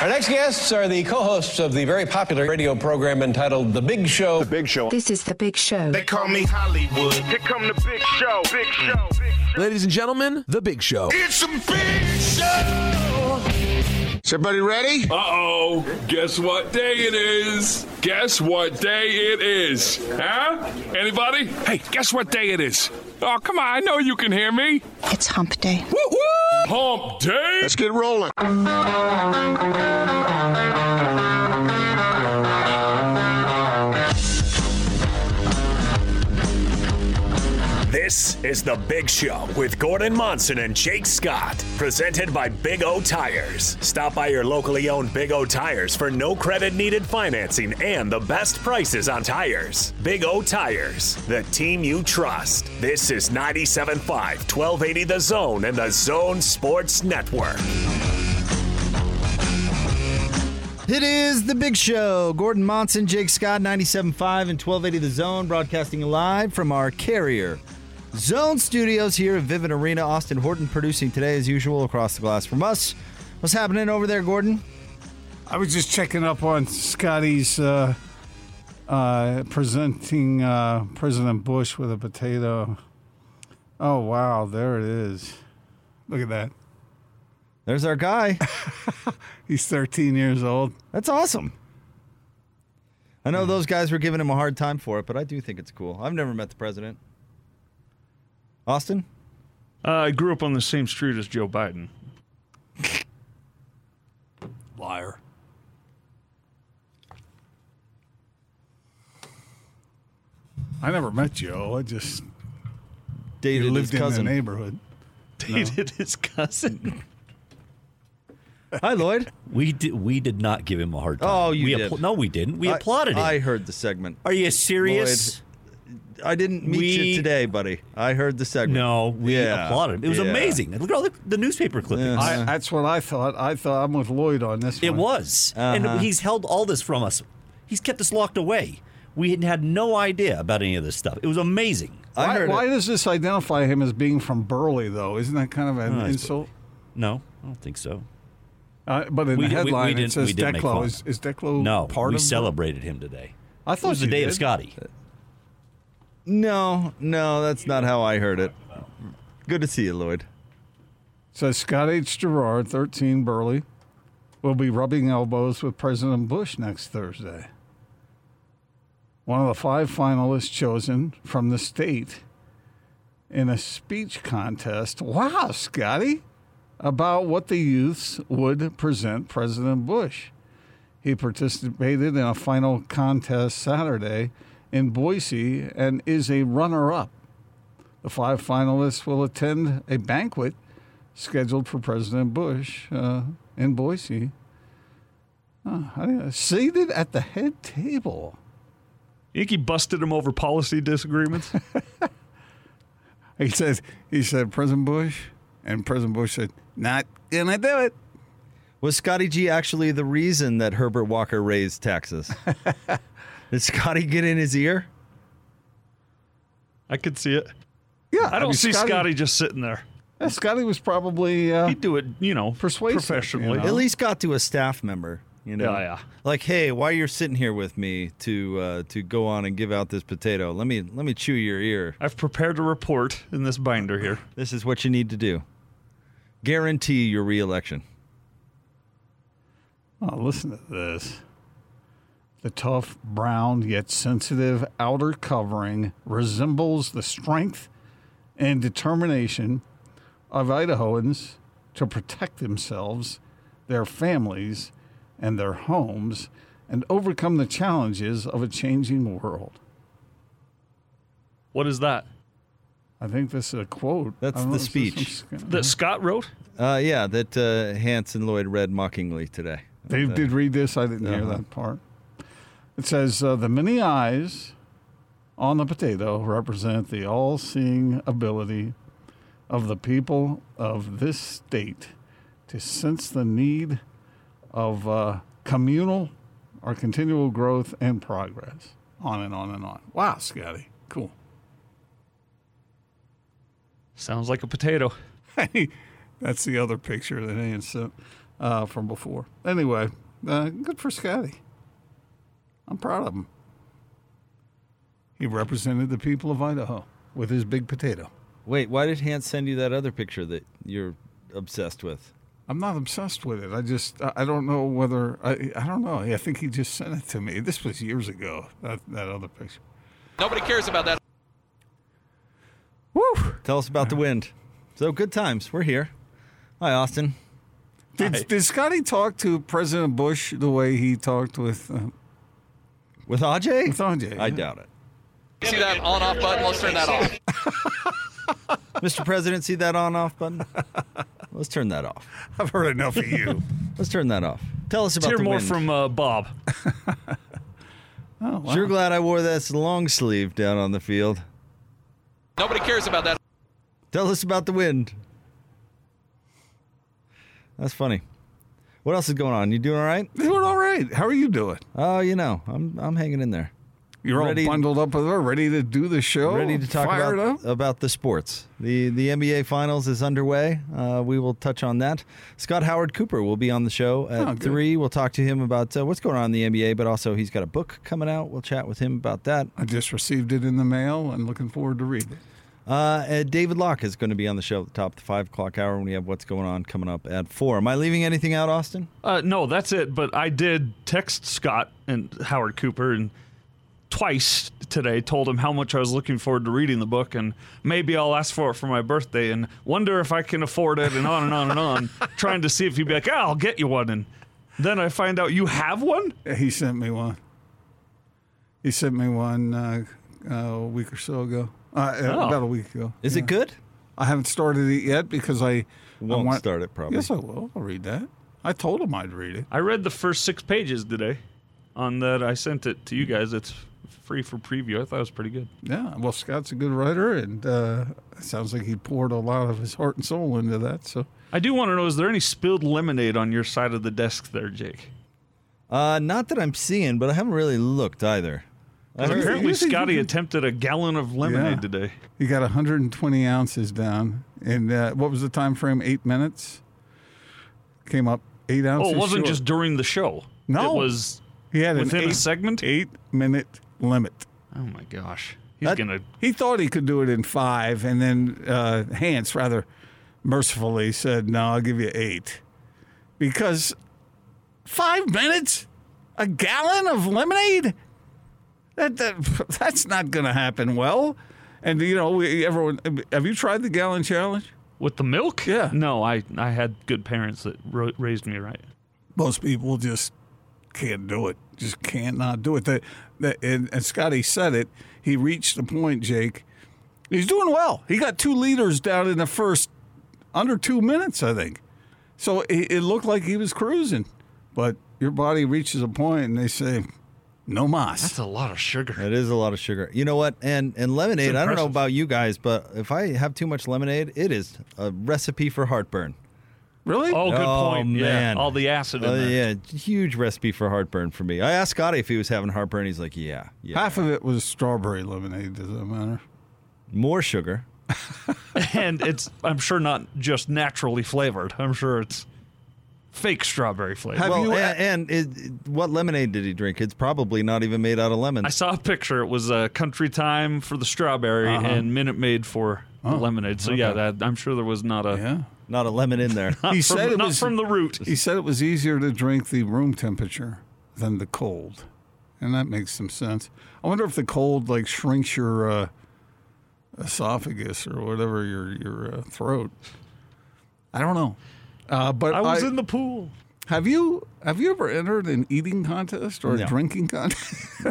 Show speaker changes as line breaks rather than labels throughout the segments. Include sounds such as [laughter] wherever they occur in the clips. Our next guests are the co hosts of the very popular radio program entitled The Big Show.
Big Show.
This is the big show.
They call me Hollywood. Here come the big show, big show, big show.
Ladies and gentlemen, The Big Show.
It's a big show. Is everybody ready?
Uh oh. Guess what day it is? Guess what day it is? Huh? Anybody? Hey, guess what day it is? Oh, come on. I know you can hear me.
It's hump day.
Woo woo! Hump day!
Let's get rolling.
This is The Big Show with Gordon Monson and Jake Scott, presented by Big O Tires. Stop by your locally owned Big O Tires for no credit needed financing and the best prices on tires. Big O Tires, the team you trust. This is 97.5, 1280 The Zone and The Zone Sports Network.
It is the big show. Gordon Monson, Jake Scott, 97.5 and 1280 The Zone, broadcasting live from our carrier zone studios here at Vivint Arena. Austin Horton producing today, as usual, across the glass from us. What's happening over there, Gordon?
I was just checking up on Scotty's uh, uh, presenting uh, President Bush with a potato. Oh wow, there it is. Look at that.
There's our guy.
He's 13 years old.
That's awesome. I
Hmm.
know those guys were giving him a hard time for it, but I do think it's cool. I've never met the president. Austin?
Uh, I grew up on the same street as Joe Biden.
Liar.
I never met Joe. I just
Dated
lived
his cousin.
in the neighborhood.
Dated his cousin.
Hi,
[laughs]
Lloyd.
We did, we did not give him a hard time.
Oh, you
we
did.
no, we didn't. We
I-
applauded him.
I heard the segment.
Are you serious?
I didn't meet
We-
you today, buddy. I heard the segment.
No, we
Yeah.
applauded him. It was
Yeah.
amazing. Look at all the, the newspaper
Uh,
clippings.
I, that's what I thought. I thought I'm with Lloyd on this
It
one.
was. And he's held all this from us. He's kept us locked away. We had, had no idea about any of this stuff. It was amazing.
I
Why,
heard
why
it.
does this identify him as being from Burley, though? Isn't that kind of an
I suppose-
insult?
No, I don't think so.
Uh, but in
We
the
did- we- we
headline,
didn't-
it says
we didn't make
Declo.
fun.
Is, is Declo
No,
part
we
of
celebrated him today.
I
It
thought
was the
you
day
did.
of Scotty.
No, no, that's not how I heard it. Good to see you, Lloyd.
So Scott H. Gerard, 13, Burley, will be rubbing elbows with President Bush next Thursday. One of the five finalists chosen from the state in a speech contest. Wow, Scotty! About what the youths would present President Bush. He participated in a final contest Saturday in Boise and is a runner up. The five finalists will attend a banquet scheduled for President Bush uh, in Boise. Huh, I didn't- seated at the head table.
You think he busted him over policy disagreements?
[laughs] He said, he said, President Bush, and President Bush said, not gonna do it.
Was Scotty G actually the reason that Herbert Walker raised
[laughs]
taxes? Did Scotty get in his ear?
I could see it.
Yeah,
I don't
mean,
see Scotty just sitting there.
yeah, Scotty was probably. Uh,
He'd do it, you know,
Persuasive,
professionally.
you know.
At least got to a staff member, you know.
Yeah, yeah.
Like, hey, while you're sitting here with me to uh, to go on and give out this potato, let me let me chew your ear.
I've prepared a report in this binder here.
This is what you need to do. Guarantee your reelection.
oh, listen to this. The tough, brown, yet sensitive outer covering resembles the strength and determination of Idahoans to protect themselves, their families, and their homes, and overcome the challenges of a changing world.
What is that?
I think this is a quote.
That's
I don't
the
know, is this from Scott?
That Scott wrote?
Uh, yeah, that uh, Hanson Lloyd read mockingly today.
They did read this. I didn't hear
Uh-huh.
that part. It says uh, the many eyes on the potato represent the all-seeing ability of the people of this state to sense the need of uh, communal or continual growth and progress. On and on and on. Wow, Scotty, cool.
Sounds like a potato.
That's the other picture that Ian sent. uh, from before. Anyway, uh, good for Scotty. I'm proud of him. He represented the people of Idaho with his big potato.
Wait, why did Hans send you that other picture that you're obsessed with?
I'm not obsessed with it. I just I I don't know whether I I don't know. I think he just sent it to me. This was years ago. That that other picture.
Nobody cares about that.
Woo!
Tell us
Uh-huh.
about the wind. So good times. We're here. Hi, Austin.
Did did Scotty talk to President Bush the way he talked with uh, [laughs]
With Ajay?
with Ajay?
I doubt it.
You see that on off button? Let's turn that off.
Mr. President, see that on off
[laughs]
button? Let's turn that off.
I've heard enough of you.
Let's turn that off. Tell us about
Let's
the
hear more
wind.
from uh, Bob.
oh, wow.
Sure glad I wore this long sleeve down on the field.
Nobody cares about that.
Tell us about the wind. That's funny. What else is going on? You doing all right?
Doing all right. How are you doing?
Oh, you know, I'm I'm hanging in there.
You're
Ready-
all bundled up over there, ready to do the show.
Ready to talk
Oh, fired
about,
up.
about the sports. The the NBA Finals is underway. Uh, we will touch on that. Scott Howard Cooper will be on the show at
Oh, good.
three. We'll talk to him about uh, what's going on in the NBA, but also he's got a book coming out. We'll chat with him about that.
I just received it in the mail and looking forward to reading it.
Uh, and David Locke is going to be on the show at the top of the five o'clock hour when we have what's going on coming up at four. Am I leaving anything out, Austin?
Uh, no, that's it. But I did text Scott and Howard Cooper and twice today told him how much I was looking forward to reading the book and maybe I'll ask for it for my birthday and wonder if I can afford it and on and on and on, trying to see if he'd be like, "Ah, I'll get you one. And then I find out you have one.
Yeah, He sent me one. He sent me one uh, uh, a week or so ago. Uh,
Oh.
About a week ago.
Is
Yeah.
it good?
I haven't started it yet because I I
Won't
want-
start it, probably.
Yes, I will. I'll read that. I told him I'd read it.
I read the first six pages today. On that, I sent it to you guys. It's free for preview. I thought it was pretty good.
Yeah. Well, Scott's a good writer, and uh, it sounds like he poured a lot of his heart and soul into that. So
I do want to know: is there any spilled lemonade on your side of the desk there, Jake?
Uh, not that I'm seeing, but I haven't really looked either. I heard-
Apparently,
Usually-
Scotty attempted a gallon of lemonade
Yeah.
today.
he got 120 ounces down, and uh, what was the time frame? Eight minutes. Came up eight
Oh,
ounces.
it wasn't
short.
just during the show.
No.
it was.
he had an
within a
eight-
segment?
eight minute limit.
Oh my gosh, he's
That-
gonna.
He thought he could do it in five, and then uh, Hans rather mercifully said, "No, I'll give you eight. because five minutes, a gallon of lemonade. That, [laughs] that that's not going to happen well." And you know, we, everyone, have you tried the gallon challenge?
With the milk?
Yeah.
No, I I had good parents that ro- raised me right.
most people just can't do it. Just can't not do it. That, that and, and Scotty said it. He reached the point, Jake. He's doing well. He got two leaders down in the first under two minutes, I think. So it, it looked like he was cruising, but your body reaches a point, and they say, "No mas."
That's a lot of sugar.
That is a lot of sugar. You know what? And and lemonade. I don't know
impressive.
about you guys, but if I have too much lemonade, it is a recipe for heartburn.
Really?
Oh, good
Oh,
point.
man.
Yeah, all the acid in
Oh,
Uh,
there.
yeah, huge recipe for heartburn for me. I asked Scotty if he was having heartburn. He's like, yeah, yeah.
Half of it was strawberry lemonade. Does that matter?
More sugar.
[laughs] and it's I'm sure not just naturally flavored. I'm sure it's fake strawberry flavor.
Have
well,
you-
and, and it, what lemonade did he drink? It's probably not even made out of
I
lemons.
saw a picture. It was uh, Country Time for the strawberry
Uh-huh.
and Minute Maid for the lemonade. So yeah, that I'm sure there was not a
Oh. Yeah.
Not a lemon in
[laughs]
there.
not,
He
from,
said it
not
was-
from the root.
He said it was easier to drink the room temperature than the cold, and that makes some sense. I wonder if the cold like shrinks your uh, esophagus or whatever your your uh, throat. I don't know. Uh, but
I was in the pool.
have you have you ever entered an eating contest or
No.
a drinking contest?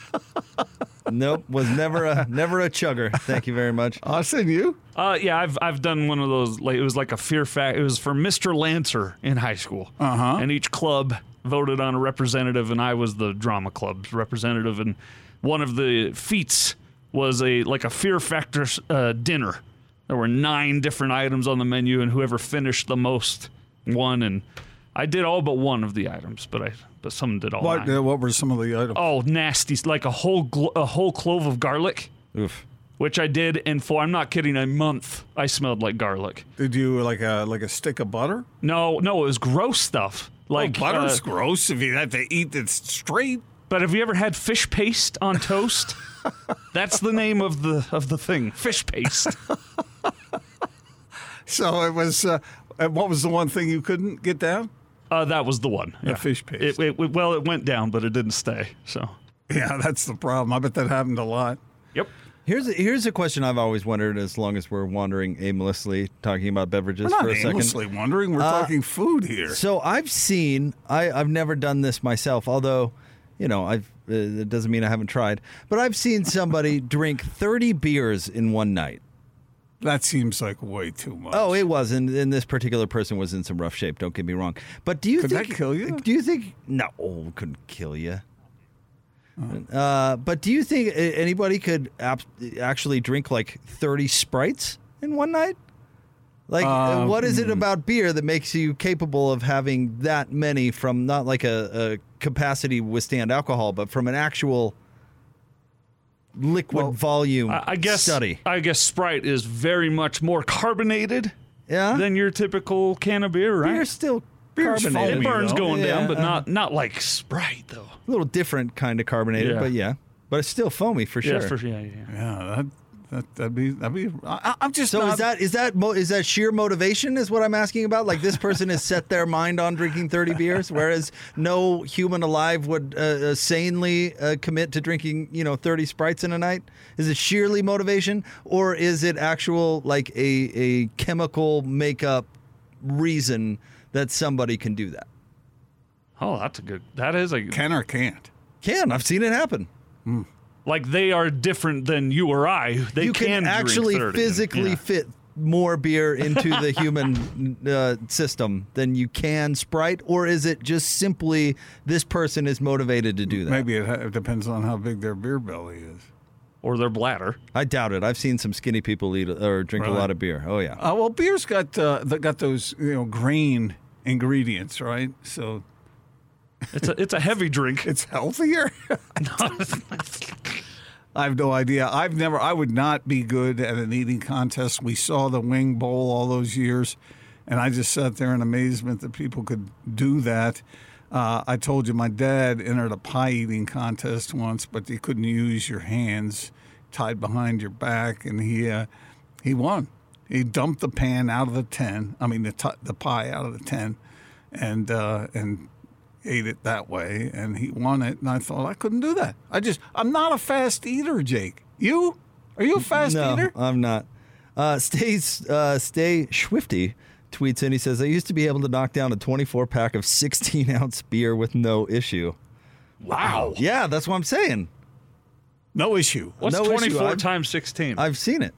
[laughs]
nope, was never a never a chugger. Thank you very much.
Austin, you?
Uh, yeah, I've I've done one of those. Like it was like a fear fact. It was for Mr. Lancer in high school. Uh huh. And each club voted on a representative, and I was the drama club's representative. And one of the feats was a like a fear factor uh, dinner. There were nine different items on the menu, and whoever finished the most won. And I did all but one of the items, but I but some did all
What
nine.
uh, what were some of the items?
Oh, nasty! Like a whole glo- a whole clove of garlic.
Oof.
which I did. And for I'm not kidding, a month I smelled like garlic.
Did you like a like a stick of butter?
No, no, it was gross stuff. Like
oh, butter's
uh,
gross if you have to eat it straight.
But have you ever had fish paste on toast? [laughs] That's the name of the of the thing, fish paste.
So it was. Uh, uh, what was the one thing you couldn't get down? [laughs]
Uh, that was the one.
The fish paste.
It, it, it- well, it went down, but it didn't stay. So,
Yeah, that's the problem. I bet that happened a lot.
yep.
Here's a, here's a question I've always wondered. As long as we're wandering aimlessly talking about beverages
We're not
for a second,
aimlessly wondering. We're talking food here.
Uh, So I've seen. I, I've never done this myself, although, you know, I've. Uh, it doesn't mean I haven't tried, but I've seen somebody [laughs] drink thirty beers in one night.
That seems like way too much.
Oh, it was, and, and this particular person was in some rough shape. Don't get me wrong, but do you
Could
think
that kill you?
Do you think no? it Couldn't kill you.
Oh.
Uh, but do you think a- anybody could ap- actually drink like thirty sprites in one night? Like, uh,
Um,
what is
hmm.
it about beer that makes you capable of having that many from not like a, a capacity to withstand alcohol, but from an actual liquid volume?
I, I guess
study.
I guess Sprite is very much more carbonated
Yeah,
than your typical can of beer, right?
beer's still
Beer's
carbonated.
it
foamy,
burns
though.
going
Yeah,
down, but
uh,
not not like Sprite though.
a little different kind of carbonated,
Yeah.
but yeah, but it's still foamy for sure.
Yeah, for sure. Yeah, yeah, yeah.
Yeah, that that that'd be that'd be. I, I'm just
So
not,
is that is that mo- is that sheer motivation? Is what I'm asking about? Like this person has set their mind on drinking 30 beers, whereas no human alive would uh, uh, sanely uh, commit to drinking, you know, 30 sprites in a night. Is it sheerly motivation, or is it actual like a a chemical makeup reason that somebody can do that?
Oh, that's a good. That is a
can or can't.
Can I've seen it happen.
like they are different than you or I. They
you can,
drink
actually
30.
physically
Yeah.
fit more beer into the human [laughs] uh, system than you can Sprite, or is it just simply this person is motivated to do that?
Maybe it, ha- it depends on how big their beer belly is.
or their bladder.
I doubt it. I've seen some skinny people eat or drink a lot of beer. Oh yeah,
Uh, well, beer's got uh, th- got those you know grain ingredients, right? So
It's a it's a heavy drink. [laughs]
it's healthier. [laughs] I have no idea. I've never. I would not be good at an eating contest. We saw the wing bowl all those years, and I just sat there in amazement that people could do that. Uh, I told you my dad entered a pie eating contest once, but you couldn't use your hands tied behind your back, and he uh, he won. He dumped the pan out of the tin. I mean the t- the pie out of the tin, and uh, and ate it that way and he won it and I thought I couldn't do that. I just I'm not a fast eater, Jake. You? Are you a fast
no,
eater?
I'm not. Uh, stay, uh, stay Swifty tweets in. He says, "I used to be able to knock down a 24 pack of 16 ounce beer with no issue."
Wow.
Yeah, that's what I'm saying.
No issue.
What's
No issue.
24
I've-
times 16?
I've seen it.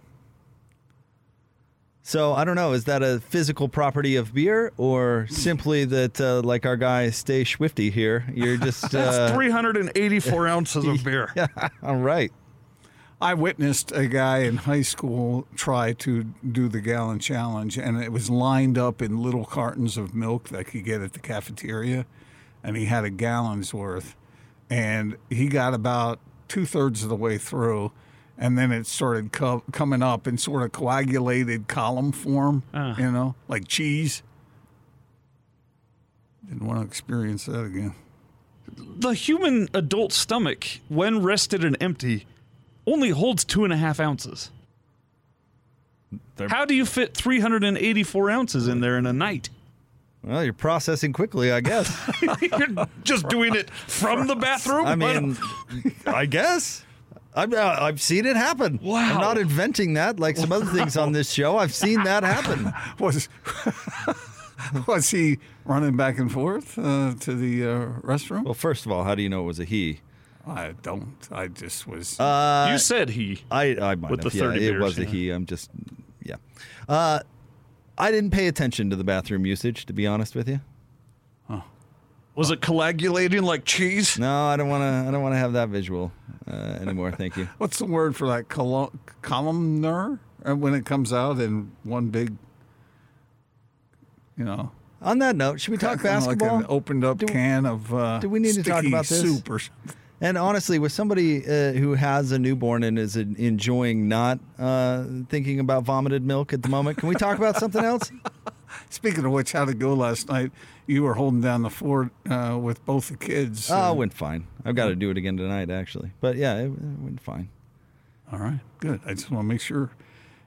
So I don't know. Is that a physical property of beer, or simply that, uh, like our guy Stay Swifty here, you're just uh,
384 ounces
[laughs]
of beer.
all right?
I witnessed a guy in high school try to do the gallon challenge, and it was lined up in little cartons of milk that could get at the cafeteria, and he had a gallon's worth, and he got about two thirds of the way through, and then it started co- coming up in sort of coagulated column form, you know, like cheese. Didn't want to experience that again.
The human adult stomach, when rested and empty, only holds two and a half ounces. How do you fit 384 ounces in there in a night?
Well, you're processing quickly, I guess.
[laughs] You're just doing it from the bathroom?
I mean,
[laughs]
I guess. I've, uh, I've seen it happen.
Wow.
I'm not inventing that like some other things on this show. I've seen that happen.
was [laughs] was he running back and forth uh, to the uh, restroom?
Well, first of all, how do you know it was a he?
I don't. I just was.
Uh.
you said he.
I, I might
With
have.
the
yeah,
30
it
beers,
was a
yeah.
he. I'm just, yeah. Uh, I didn't pay attention to the bathroom usage, to be honest with you.
Was it coagulating like cheese?
No, I don't want to. I don't want to have that visual uh, anymore. Thank you.
What's the word for that col- columnar Uh, when it comes out in one big? You know,
On that note, should we talk
kinda like
basketball?
an opened up
Do-
can of. Uh,
do we need to talk
sticky
about this?
Soup or something.
And honestly, with somebody uh, who has a newborn and is en- enjoying not uh, thinking about vomited milk at the moment, can we talk about something
[laughs]
else?
Speaking of which, how'd it go last night? You were holding down the fort uh, with both the kids.
Oh, it went fine. I've got to do it again tonight, actually. But yeah, it, it went fine.
All right, good. I just want to make sure,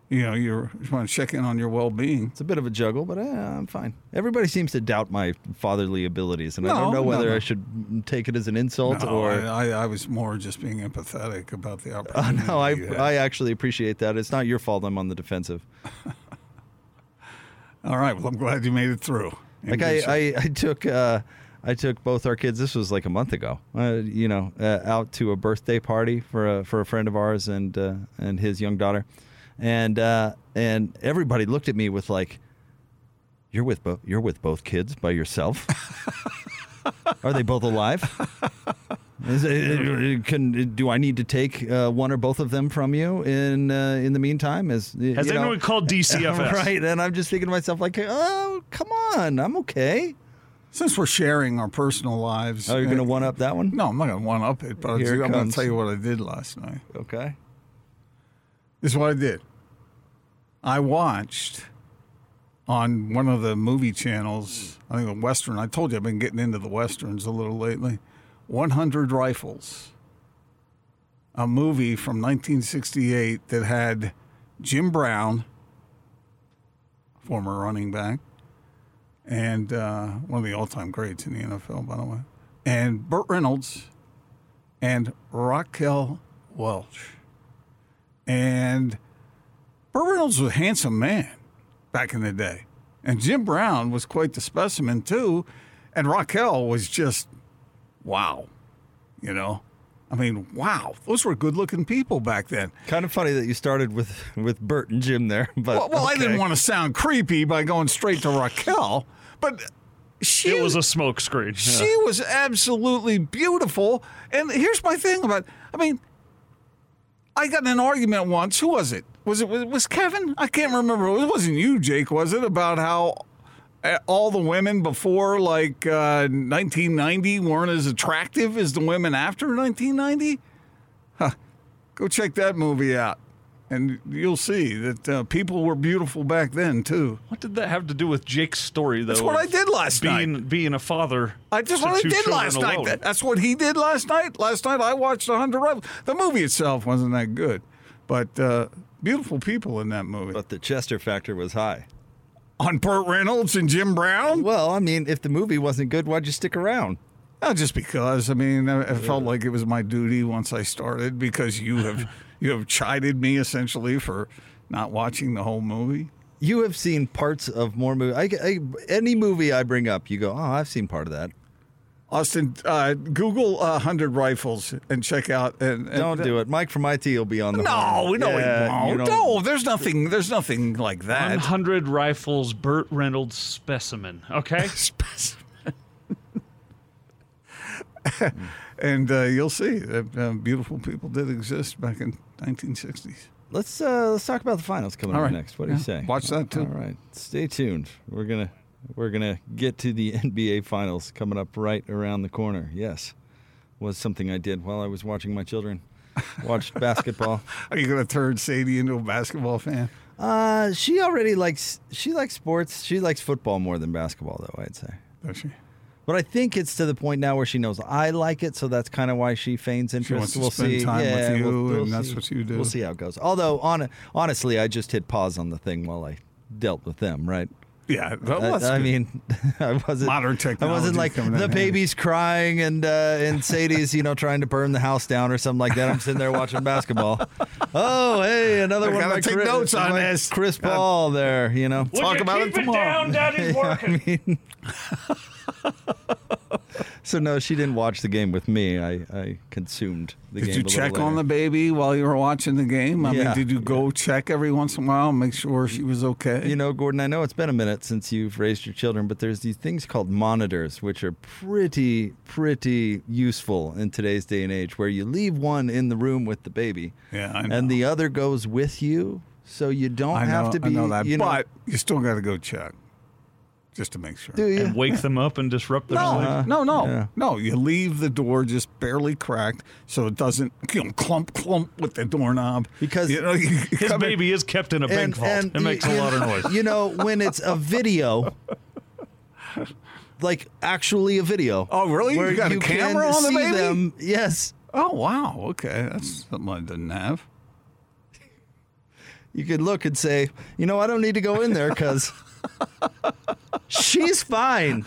you know, you want to check in on your well-being.
It's a bit of a juggle, but uh, I'm fine. Everybody seems to doubt my fatherly abilities, and I
No,
don't know
no,
whether
no.
I should take it as an insult
No,
or.
I, I, I was more just being empathetic about the
Oh,
opportunity.
[laughs]
Uh,
no, [laughs]
[laughs]
I,
you had.
I actually appreciate that. It's not your fault I'm on the defensive.
All right. Well, I'm glad you made it through. In
Like
good shape.
I, I, I took uh, I took both our kids. This was like a month ago. Uh, you know, uh, out to a birthday party for a for a friend of ours and uh, and his young daughter, and uh, and everybody looked at me with like, "You're with both you're with both kids by
[laughs]
yourself? Are they both alive? Is it- can do I need to take uh, one or both of them from you in uh, in the meantime? As
Has anyone
[laughs]
called DCFS?
right, and I'm just thinking to myself like, oh, come on, I'm okay.
Since we're sharing our personal lives,
Oh, you're
uh,
gonna one up that one?
No, I'm not gonna one up it, but
Here it
I'm gonna
comes.
tell you what I did last night.
Okay.
This is what I did. I watched on one of the movie channels, I think a Western. I told you I've been getting into the Westerns a little lately. 100 Rifles, a movie from 1968 that had Jim Brown, former running back, and uh, one of the all time greats in the NFL, by the way, and Burt Reynolds and Raquel Welch. And Burt Reynolds was a handsome man back in the day. And Jim Brown was quite the specimen, too. And Raquel was just, wow. You know, I mean, wow. Those were good looking people back then.
Kind of funny that you started with with Bert and Jim there, [laughs] but
Well, well I didn't
okay.
want to sound creepy by going straight to Raquel, but she
It was a [laughs] smokescreen.
she was absolutely beautiful. And here's my thing about I mean, I got in an argument once. Who was it? Was it was, was Kevin? I can't remember. It wasn't you, Jake, was it? About how uh, all the women before like uh, 1990 weren't as attractive as the women after 1990? Huh. Go check that movie out. And you'll see that uh, people were beautiful back then, too.
What did that have to do with Jake's story, though?
That's what
of
I did last night.
being, Being a father.
I just
to
what I
two
did
children
last night.
alone.
That- that's what he did last night. Last night I watched The Hundred Rebels. The movie itself wasn't that good, but uh, beautiful people in that movie.
But the Chester factor was high.
On Burt Reynolds and Jim Brown.
Well, I mean, if the movie wasn't good, why'd you stick around?
Not just because. I mean, I, I felt like it was my duty once I started because
[laughs]
you have you have chided me essentially for not watching the whole movie.
You have seen parts of more movies. I, I, any movie I bring up, you go, oh, I've seen part of that.
Austin, uh, Google uh, hundred rifles and check out. And, and
Don't do it. Mike from IT will be on the.
No,
phone.
we don't.
Yeah, you
no,
don't-
no, there's nothing. There's nothing like that.
100 rifles, Burt Reynolds specimen.
[laughs]
Okay.
and uh, you'll see that uh, beautiful people did exist back in 1960s.
Let's uh, let's talk about the finals coming
All
up
right.
next. What do you
Yeah.
say?
Watch that, too.
All right, stay tuned. We're gonna we're gonna get to the [laughs] NBA finals coming up right around the corner. Yes, was something I did while I was watching my children
[laughs]
watched basketball.
Are you going to turn Sadie into a basketball fan?
Uh, she already likes she likes sports. She likes football more than basketball, though. I'd say.
Does she?
But I think it's to the point now where she knows I like it, so that's kind of why she feigns interest.
wants to
we'll
spend
see.
time with
yeah,
you,
we'll,
and
we'll
that's
see.
what you do.
We'll see how it goes. Although, on, honestly, I just hit pause on the thing while I dealt with them. Right?
Yeah.
I-
Well, that's
I,
good.
mean, [laughs] I wasn't
Modern
I
technology's
wasn't like
coming in
the
handy.
baby's crying and uh, and Sadie's you know trying to burn the house down or something like that. I'm sitting there watching [laughs] basketball. Oh, hey, another
I
one. of
gotta
my
take
Chris-
notes on
my
this.
Chris Paul there, you know.
Talk about it tomorrow. [laughs]
Daddy's working.
[laughs] So no, she didn't watch the game with me. I, I consumed the
did
game.
you
a little
check on the
later.
baby while you were watching the game? I mean,
Yeah.
did you go check every once in a while and make sure she was okay?
You know, Gordon, I know it's been a minute since you've raised your children, but there's these things called monitors, which are pretty, pretty useful in today's day and age, where you leave one in the room with the baby,
Yeah, I
and
know.
the other goes with you, so you don't
I know,
have to be.
I know that,
you know,
but you still got to go check. just to make sure.
Do you?
and wake them up and disrupt their
No, uh,
sleep.
uh-huh.
no, no, no. You leave the door just barely cracked so it doesn't you know, clump, clump with the doorknob.
Because-
you know, you
His
come in-
baby is kept in a bank vault. it
y-
makes
you
a
[laughs]
lot of
know-
noise.
You know, when it's a video, like actually a video.
Oh, really? You
where
got a camera
can
on the
see
baby?
Them, yes,
Oh, wow. Okay. That's something I didn't have.
you could look and say, you know, I don't need to go in there
[laughs]
because she's fine.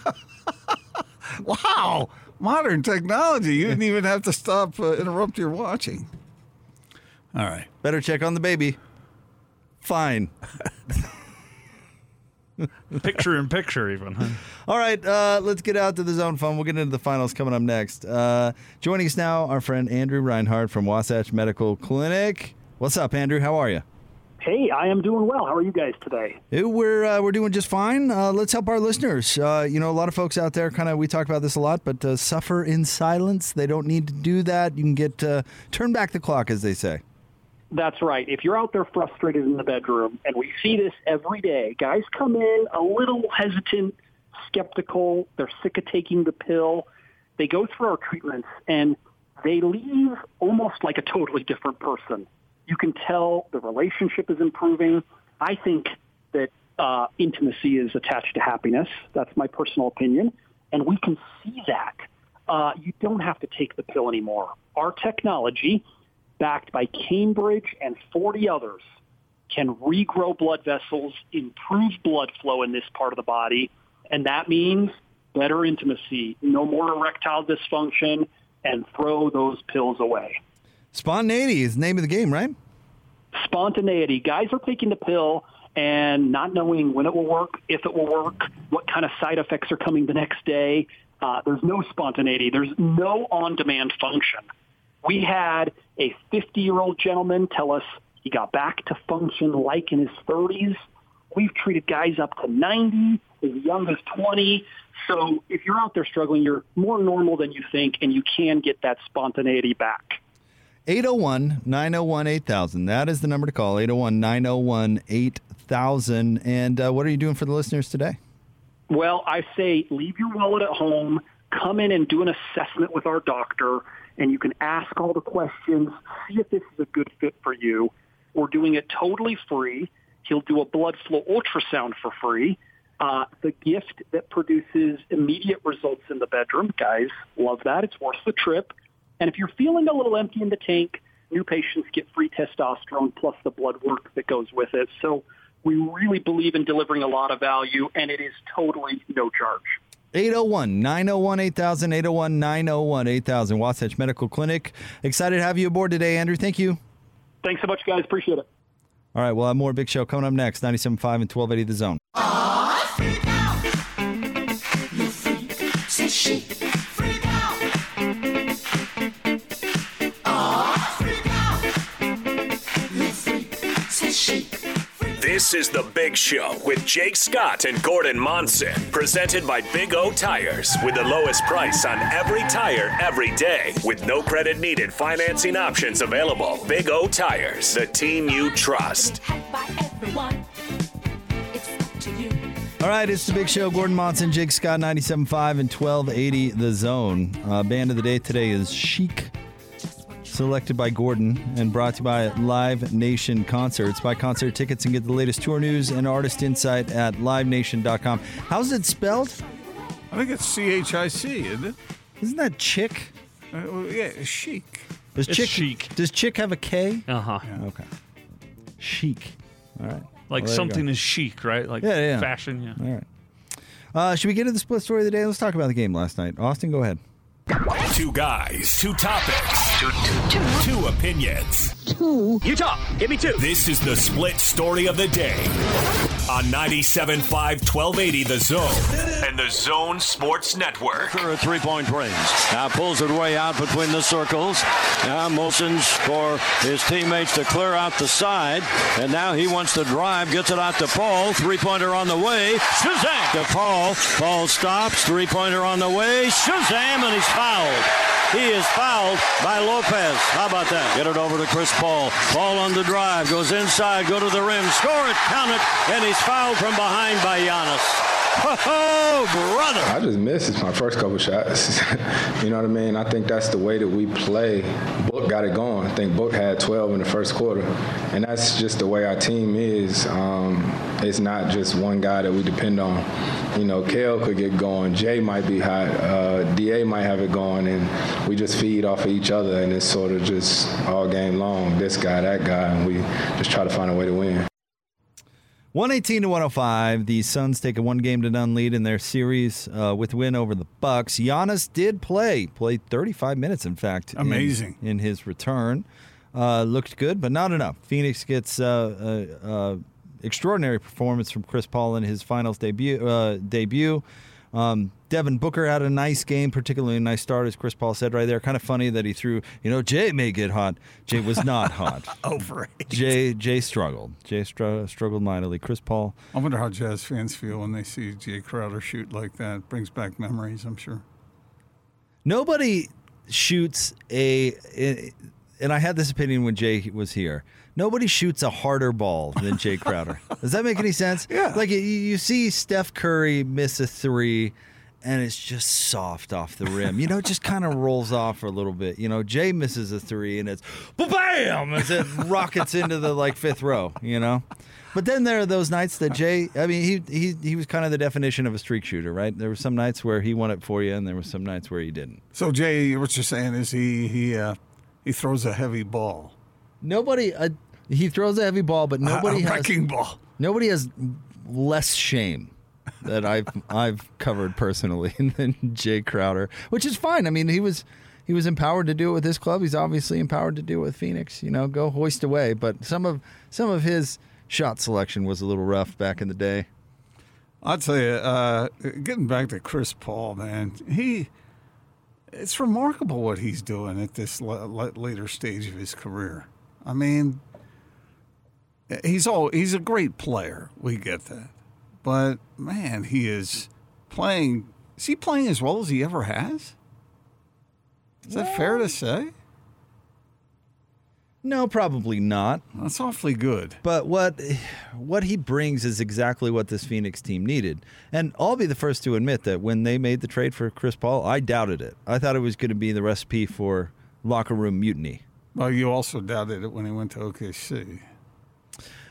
Wow. Modern technology. You didn't even have to stop, uh, interrupt your watching. All right.
Better check on the baby. Fine.
Picture in picture, even. huh?
All right, uh, let's get out to the zone phone. We'll get into the finals coming up next. Uh, joining us now, our friend Andrew Reinhardt from Wasatch Medical Clinic. What's up, Andrew? How are you?
Hey, I am doing well. How are you guys today?
It- We're uh, we're doing just fine. Uh, let's help our listeners. Uh, you know, a lot of folks out there kind of we talk about this a lot, but uh, suffer in silence. They don't need to do that. You can get uh, turn back the clock, as they say.
That's right. If you're out there frustrated in the bedroom, and we see this every day, guys come in a little hesitant, skeptical. They're sick of taking the pill. They go through our treatments, and they leave almost like a totally different person. You can tell the relationship is improving. I think that uh, intimacy is attached to happiness. That's my personal opinion. And we can see that. Uh, you don't have to take the pill anymore. Our technology, backed by Cambridge and 40 others, can regrow blood vessels, improve blood flow in this part of the body, and that means better intimacy, no more erectile dysfunction, and throw those pills away.
Spontaneity is the name of the game, right?
Spontaneity. Guys are taking the pill and not knowing when it will work, if it will work, what kind of side effects are coming the next day. Uh, there's no spontaneity. There's no on-demand function. We had a 50-year-old gentleman tell us he got back to function like in his 30s. We've treated guys up to 90, as young as 20. So if you're out there struggling, you're more normal than you think, and you can get that spontaneity back.
801 901 8000. That is the number to call 801 901 8000. And uh, what are you doing for the listeners today?
Well, I say leave your wallet at home, come in and do an assessment with our doctor, and you can ask all the questions, see if this is a good fit for you. We're doing it totally free. He'll do a blood flow ultrasound for free. Uh, the gift that produces immediate results in the bedroom, guys, love that. It's worth the trip. And if you're feeling a little empty in the tank, new patients get free testosterone plus the blood work that goes with it. So we really believe in delivering a lot of value, and it is totally no charge.
801 901 8000. 801 901 8000. Wasatch Medical Clinic. Excited to have you aboard today, Andrew. Thank you.
Thanks so much, guys. Appreciate it.
All right, we'll have more Big Show coming up next 97.5 and 1280 The Zone.
Says she. Freak out. Oh, freak out. You freak. Says she.
This is The Big Show with Jake Scott and Gordon Monson, presented by Big O Tires, with the lowest price on every tire every day, with no credit needed financing options available. Big O Tires, the team you trust.
Had by everyone. It's up to you.
All right, it's the Big Show. Gordon Monson, Jake Scott, 97.5 and 1280 The Zone. Uh, band of the day today is Chic, selected by Gordon and brought to you by Live Nation Concerts. Buy concert tickets and get the latest tour news and artist insight at livenation.com. How's it spelled?
I think it's C H I C, isn't it?
Isn't that Chick?
Uh, well, yeah, chic.
Does
It's
Chick
chic.
Does Chick have a K?
Uh huh.
Okay. Chic. All right. Well,
Like
there you go.
something is chic, right? Like
Yeah, yeah.
fashion. Yeah.
All right. Uh, should we get to the split story of the day? Let's talk about the game last night. Austin, go ahead.
Two guys, two topics, two, opinions.
Utah, give me two.
This is the split story of the day on 97.5, 1280 The Zone and The Zone Sports Network.
a three point range. Now pulls it way out between the circles. Now motions for his teammates to clear out the side. And now he wants to drive, gets it out to Paul. Three pointer on the way. Shazam! To Paul. Paul stops. Three pointer on the way. Shazam! And he's fouled. He is fouled by Lopez. How about that? Get it over to Chris Paul. Paul on the drive. Goes inside. Go to the rim. Score it. Count it. And he's fouled from behind by Giannis. Oh, brother.
I just missed my first couple shots. [laughs] you know what I mean? I think that's the way that we play. Book got it going. I think Book had 12 in the first quarter. And that's just the way our team is. Um, it's not just one guy that we depend on. You know, Kale could get going. Jay might be hot. Uh, DA might have it going. And we just feed off of each other. And it's sort of just all game long this guy, that guy. And we just try to find a way to win.
118 to 105. The Suns take a one game to none lead in their series uh, with win over the Bucks. Giannis did play, played 35 minutes, in fact. in-
Amazing.
In, his return. Uh, looked good, but not enough. Phoenix gets uh, uh, uh, extraordinary performance from Chris Paul in his finals debut. Uh, debut. Um, Devin Booker had a nice game, particularly a nice start, as Chris Paul said right there. Kind of funny that he threw, you know, Jay may get hot. Jay was not [laughs] hot.
[laughs] Over
Jay Jay struggled. Jay str- struggled mightily. Chris Paul.
I wonder how jazz fans feel when they see Jay Crowder shoot like that. Brings back memories, I'm sure.
Nobody shoots a, and I had this opinion when Jay was here. Nobody shoots a harder ball than Jay Crowder. Does that make any sense? Yeah. Like you- you see Steph Curry miss a three, and it's just soft off the rim. You know, it just [laughs] kind of rolls off a little bit. You know, Jay misses a three, and it's bam as [laughs] it rockets into the like fifth row. You know. But then there are those nights that Jay, I mean, he he he was kind of the definition of a streak shooter, right? There were some nights where he won it for you, and there were some nights where he didn't.
So Jay, what you're saying is he he uh, he throws a heavy ball.
Nobody. Uh, he throws a heavy ball, but nobody
a
has
wrecking ball.
Nobody has less shame that I've I've covered personally [laughs] than Jay Crowder, which is fine. I mean, he was he was empowered to do it with this club. He's obviously empowered to do it with Phoenix. You know, go hoist away. But some of some of his shot selection was a little rough back in the day.
I'll tell you, uh, getting back to Chris Paul, man, he it's remarkable what he's doing at this la- la- later stage of his career. I mean, he's all he's a great player. We get that, but man, he is playing. Is he playing as well as he ever has? Is that fair to say?
No, probably not.
That's awfully good.
But what what he brings is exactly what this Phoenix team needed. And I'll be the first to admit that when they made the trade for Chris Paul, I doubted it. I thought it was going to be the recipe for locker room mutiny.
Well, you also doubted it when he went to OKC.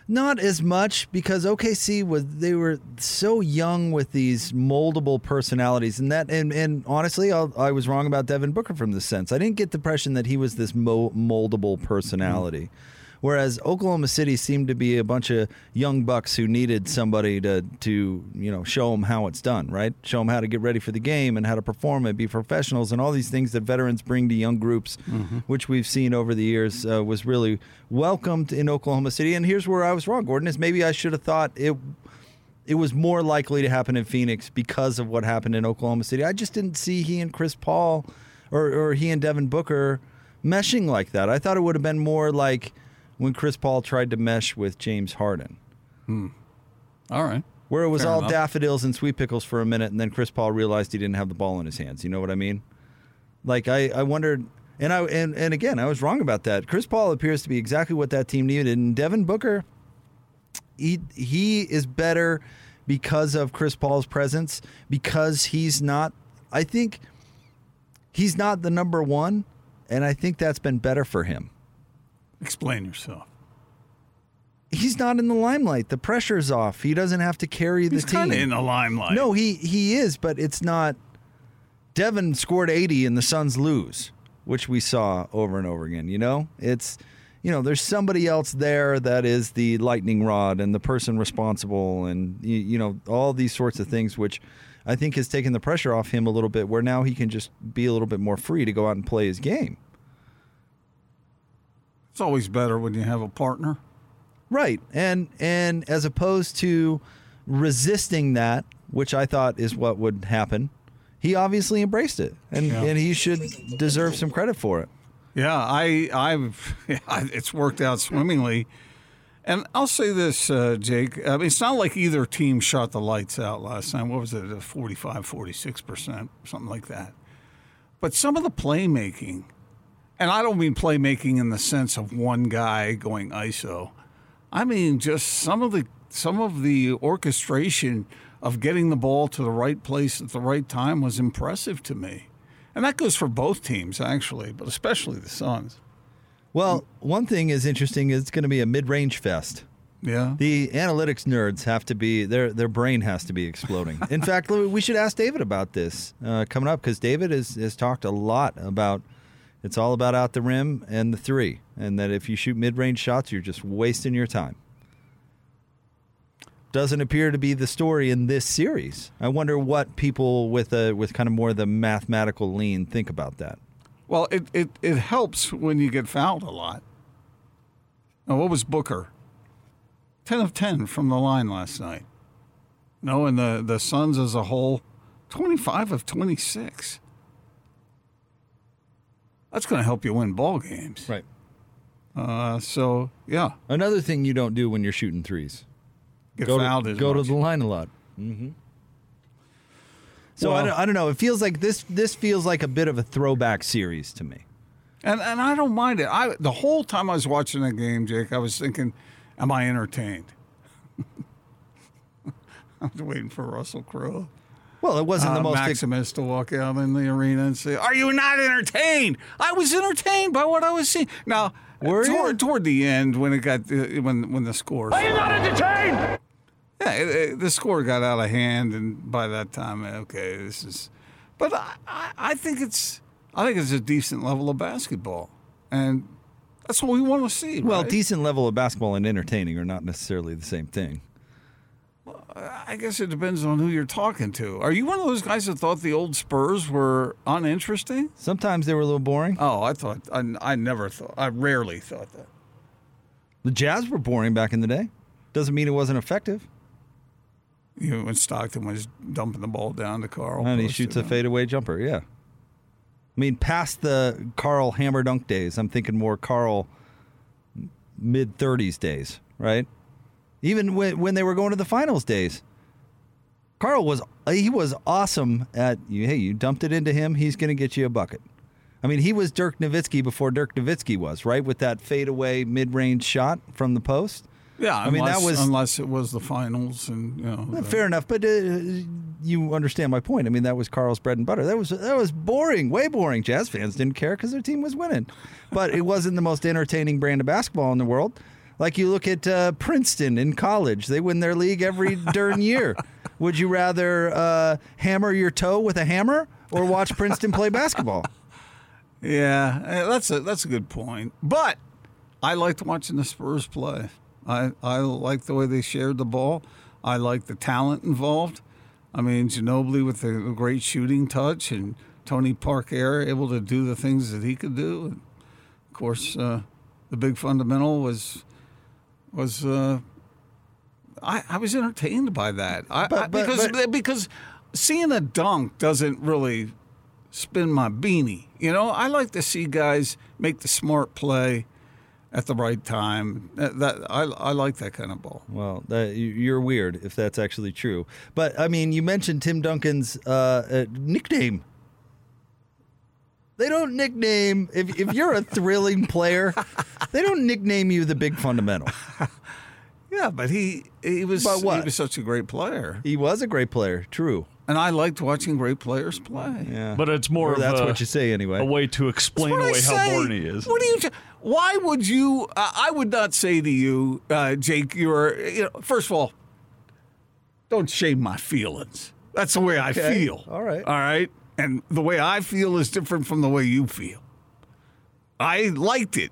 Not as much because OKC was they were so young with these moldable personalities, and that and and honestly, i I was wrong about Devin Booker from this sense. I didn't get the impression that he was this mo- moldable personality, whereas Oklahoma City seemed to be a bunch of young bucks who needed somebody to to you know show them how it's done, right? Show them how to get ready for the game and how to perform and be professionals and all these things that veterans bring to young groups, which we've seen over the years uh, was really welcomed in Oklahoma City. And here's where I was wrong, Gordon, is maybe I should have thought it it was more likely to happen in Phoenix because of what happened in Oklahoma City. I just didn't see he and Chris Paul or, or he and Devin Booker meshing like that. I thought it would have been more like when Chris Paul tried to mesh with James Harden.
Hmm. All right.
Where it was
Fair
all
enough.
daffodils and sweet pickles for a minute, and then Chris Paul realized he didn't have the ball in his hands. You know what I mean? Like I, I wondered, and I and, and again, I was wrong about that. Chris Paul appears to be exactly what that team needed, and Devin Booker, he he is better because of Chris Paul's presence because he's not. I think he's not the number one, and I think that's been better for him.
Explain yourself.
He's not in the limelight. The pressure's off. He doesn't have to carry the
He's
team.
kinda in the limelight.
No, he he is, but it's not. Devin scored 80 and the Suns lose, which we saw over and over again. You know, it's you know there's somebody else there that is the lightning rod and the person responsible and you, you know all these sorts of things, which I think has taken the pressure off him a little bit, where now he can just be a little bit more free to go out and play his game.
It's always better when you have a partner.
Right. And and as opposed to resisting that, which I thought is what would happen, he obviously embraced it. And
Yeah.
and he should deserve some credit for it.
Yeah, I, I've, [laughs] it's worked out swimmingly. And I'll say this, uh, Jake. I mean, it's not like either team shot the lights out last night. What was it, uh, 45, 46%, something like that. But some of the playmaking, and I don't mean playmaking in the sense of one guy going ISO. I mean just some of the some of the orchestration of getting the ball to the right place at the right time was impressive to me. And that goes for both teams, actually, but especially the Suns.
Well, one thing is interesting is it's going to be a mid-range fest.
Yeah.
The analytics nerds have to be their their brain has to be exploding. In fact, we should ask David about this uh, coming up because David has has talked a lot about it's all about out the rim and the three, and that if you shoot mid-range shots, you're just wasting your time. Doesn't appear to be the story in this series. I wonder what people with a with kind of more the mathematical lean think about that.
Well, it, it, it helps when you get fouled a lot. Now, what was Booker? 10 of 10 from the line last night. No, and the, the Suns as a whole, 25 of 26. That's going to help you win ball games.
Right.
Uh, so, yeah.
Another thing you don't do when you're shooting threes
Get
go
fouled
to,
as
go
much.
to the line a lot. Mm-hmm. So I,
Well-
don't, I don't know. It feels like this this feels like a bit of a throwback series to me.
And and I don't mind it. I the whole time I was watching that game, Jake, I was thinking, am I entertained? [laughs] I was waiting for Russell Crowe. uh,
Well, it wasn't the most ex-
Maximus to walk out in the arena and say, "Are you not entertained?" I was entertained by what I was seeing. Now,
Were you?
toward toward the end, when it got uh, when when the score,
Are you not entertained?
yeah, it, it- the score got out of hand, and by that time, okay, this is. But I, I, I think it's I think it's a decent level of basketball, and that's what we want to see.
Well,
right?
decent level of basketball and entertaining are not necessarily the same thing.
I guess it depends on who you're talking to. Are you one of those guys that thought the old Spurs were uninteresting?
Sometimes they were a little boring. Uh,
Oh, I thought I, I never thought I rarely thought that.
The Jazz were boring back in the day. Doesn't mean it wasn't effective.
You know, when Stockton was dumping the ball down to Carl,
and he
Post,
shoots
you
a
know.
fadeaway jumper. Yeah. I mean, past the Carl hammer dunk days, I'm thinking more Carl mid 30s days, right? Even when, when they were going to the finals days, Carl was he was awesome at hey, you dumped it into him, he's going to get you a bucket. I mean, he was Dirk Nowitzki before Dirk Nowitzki was, right? With that fadeaway mid-range shot from the post.
Yeah,
I mean that
unless-
was
unless it was the finals and you know. the-
Fair enough, but uh, you understand my point. I mean, that was Carl's bread and butter. That was that was boring, way boring. Jazz fans didn't care because their team was winning, but it wasn't the most entertaining brand of basketball in the world. Like you look at uh, Princeton in college, they win their league every darn year. Would you rather uh, hammer your toe with a hammer or watch Princeton play basketball?
Yeah, eh, that's a that's a good point. But I liked watching the Spurs play. I I liked the way they shared the ball. I liked the talent involved. I mean, Ginobili with a great shooting touch, and Tony Parker able to do the things that he could do. And of course, uh, the big fundamental was was. Uh, I, I was entertained by that. I, I-
But- but-
because
but-
because seeing a dunk doesn't really spin my beanie. You know, I like to see guys make the smart play at the right time. That, that- I, I like that kind of ball.
Well, that, you- you're weird if that's actually true. But I mean, you mentioned Tim Duncan's uh, uh, nickname. They don't nickname if if you're a thrilling [laughs] player, they don't nickname you the big fundamental.
Yeah, but he he was
But what?
he was such a great player,
He was a great player, true.
and I liked watching great players play.
Yeah,
But it's more
Or
of
that's
a-
what you say anyway.
A way to explain
What I
away how
say?
boring he is.
What do you? t- Why would you? Uh, I would not say to you, uh, Jake. You're. You know, first of all, don't shame my feelings. That's the way I
Okay.
feel.
All right.
All right. And the way I feel is different from the way you feel. I liked it,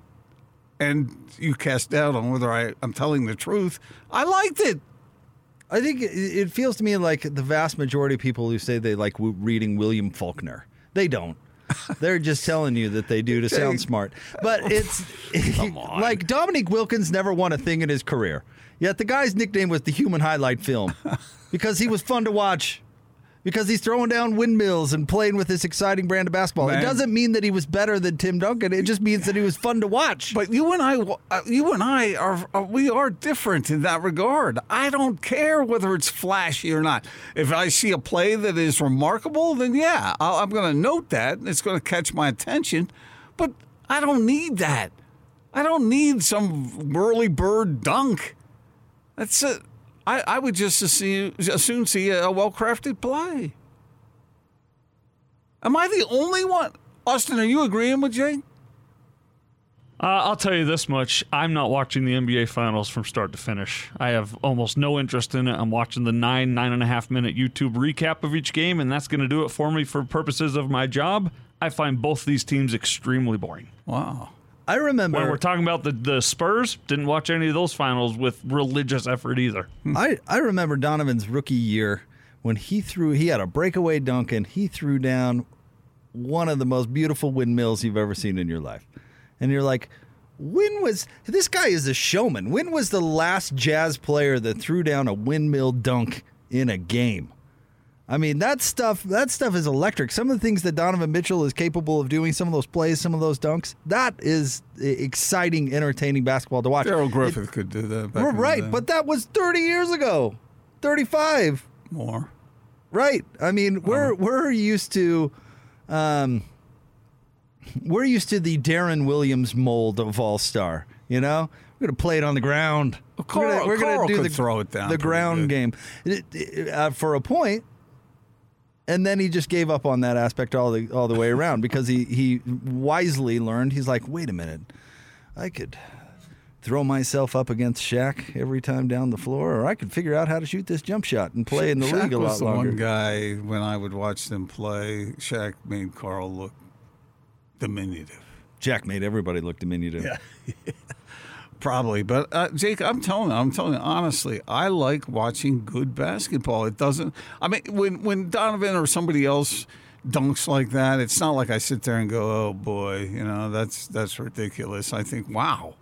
and you cast doubt on whether I, I'm telling the truth. I liked it.
I think it, it feels to me like the vast majority of people who say they like w- reading William Faulkner, they don't. They're just telling you that they do to sound smart. But it's [laughs] like Dominic Wilkins never won a thing in his career. Yet the guy's nickname was the human highlight film because he was fun to watch. Because he's throwing down windmills and playing with this exciting brand of basketball. It
Man.
doesn't mean that he was better than Tim Duncan. It just means that he was fun to watch.
But you and I, uh, you and I are, are we are different in that regard. I don't care whether it's flashy or not. If I see a play that is remarkable, then yeah, I'll, I'm going to note that. and It's going to catch my attention, but I don't need that. I don't need some whirly bird dunk. That's it. I, I would just as see, as soon see a well crafted play. Am I the only one? Austin, are you agreeing with Jay?
Uh, I'll tell you this much: I'm not watching the NBA Finals from start to finish. I have almost no interest in it. I'm watching the nine, nine and a half minute YouTube recap of each game, and that's going to do it for me for purposes of my job. I find both these teams extremely boring.
Wow.
I remember
when we're talking about the, the Spurs. Didn't watch any of those finals with religious effort either.
[laughs] I, I remember Donovan's rookie year when he threw he had a breakaway dunk and he threw down one of the most beautiful windmills you've ever seen in your life. And you're like, when was this guy is a showman? When was the last jazz player that threw down a windmill dunk in a game? I mean, that stuff that stuff is electric. Some of the things that Donovan Mitchell is capable of doing, some of those plays, some of those dunks, that is e, exciting, entertaining basketball to watch.
Daryl Griffith could do that. Back in the
right,
day.
but that was 30 years ago. 35.
more.
Right. I mean,
Uh-huh.
we're we're used to um we're used to the Darren Williams mold of All Star, you know? We're going to play it on the ground.
Carl-
we're gonna, we're
Carl
gonna do
could
the,
throw it down
the
pretty
ground
good.
game It- it- uh, for a point, and then he just gave up on that aspect all the all the way around because he he wisely learned he's like, wait a minute, I could throw myself up against Shaq every time down the floor, or I could figure out how to shoot this jump shot and play in the
Shaq
league a lot
was the
longer.
one guy when I would watch them play. Shaq made Carl look diminutive.
Jack made everybody look diminutive.
Yeah. Probably, but uh, Jake, I'm telling you, I'm telling you honestly, I like watching good basketball. It doesn't. I mean, when when Donovan or somebody else dunks like that, it's not like I sit there and go, "Oh boy, you know that's that's ridiculous." I think, "Wow,"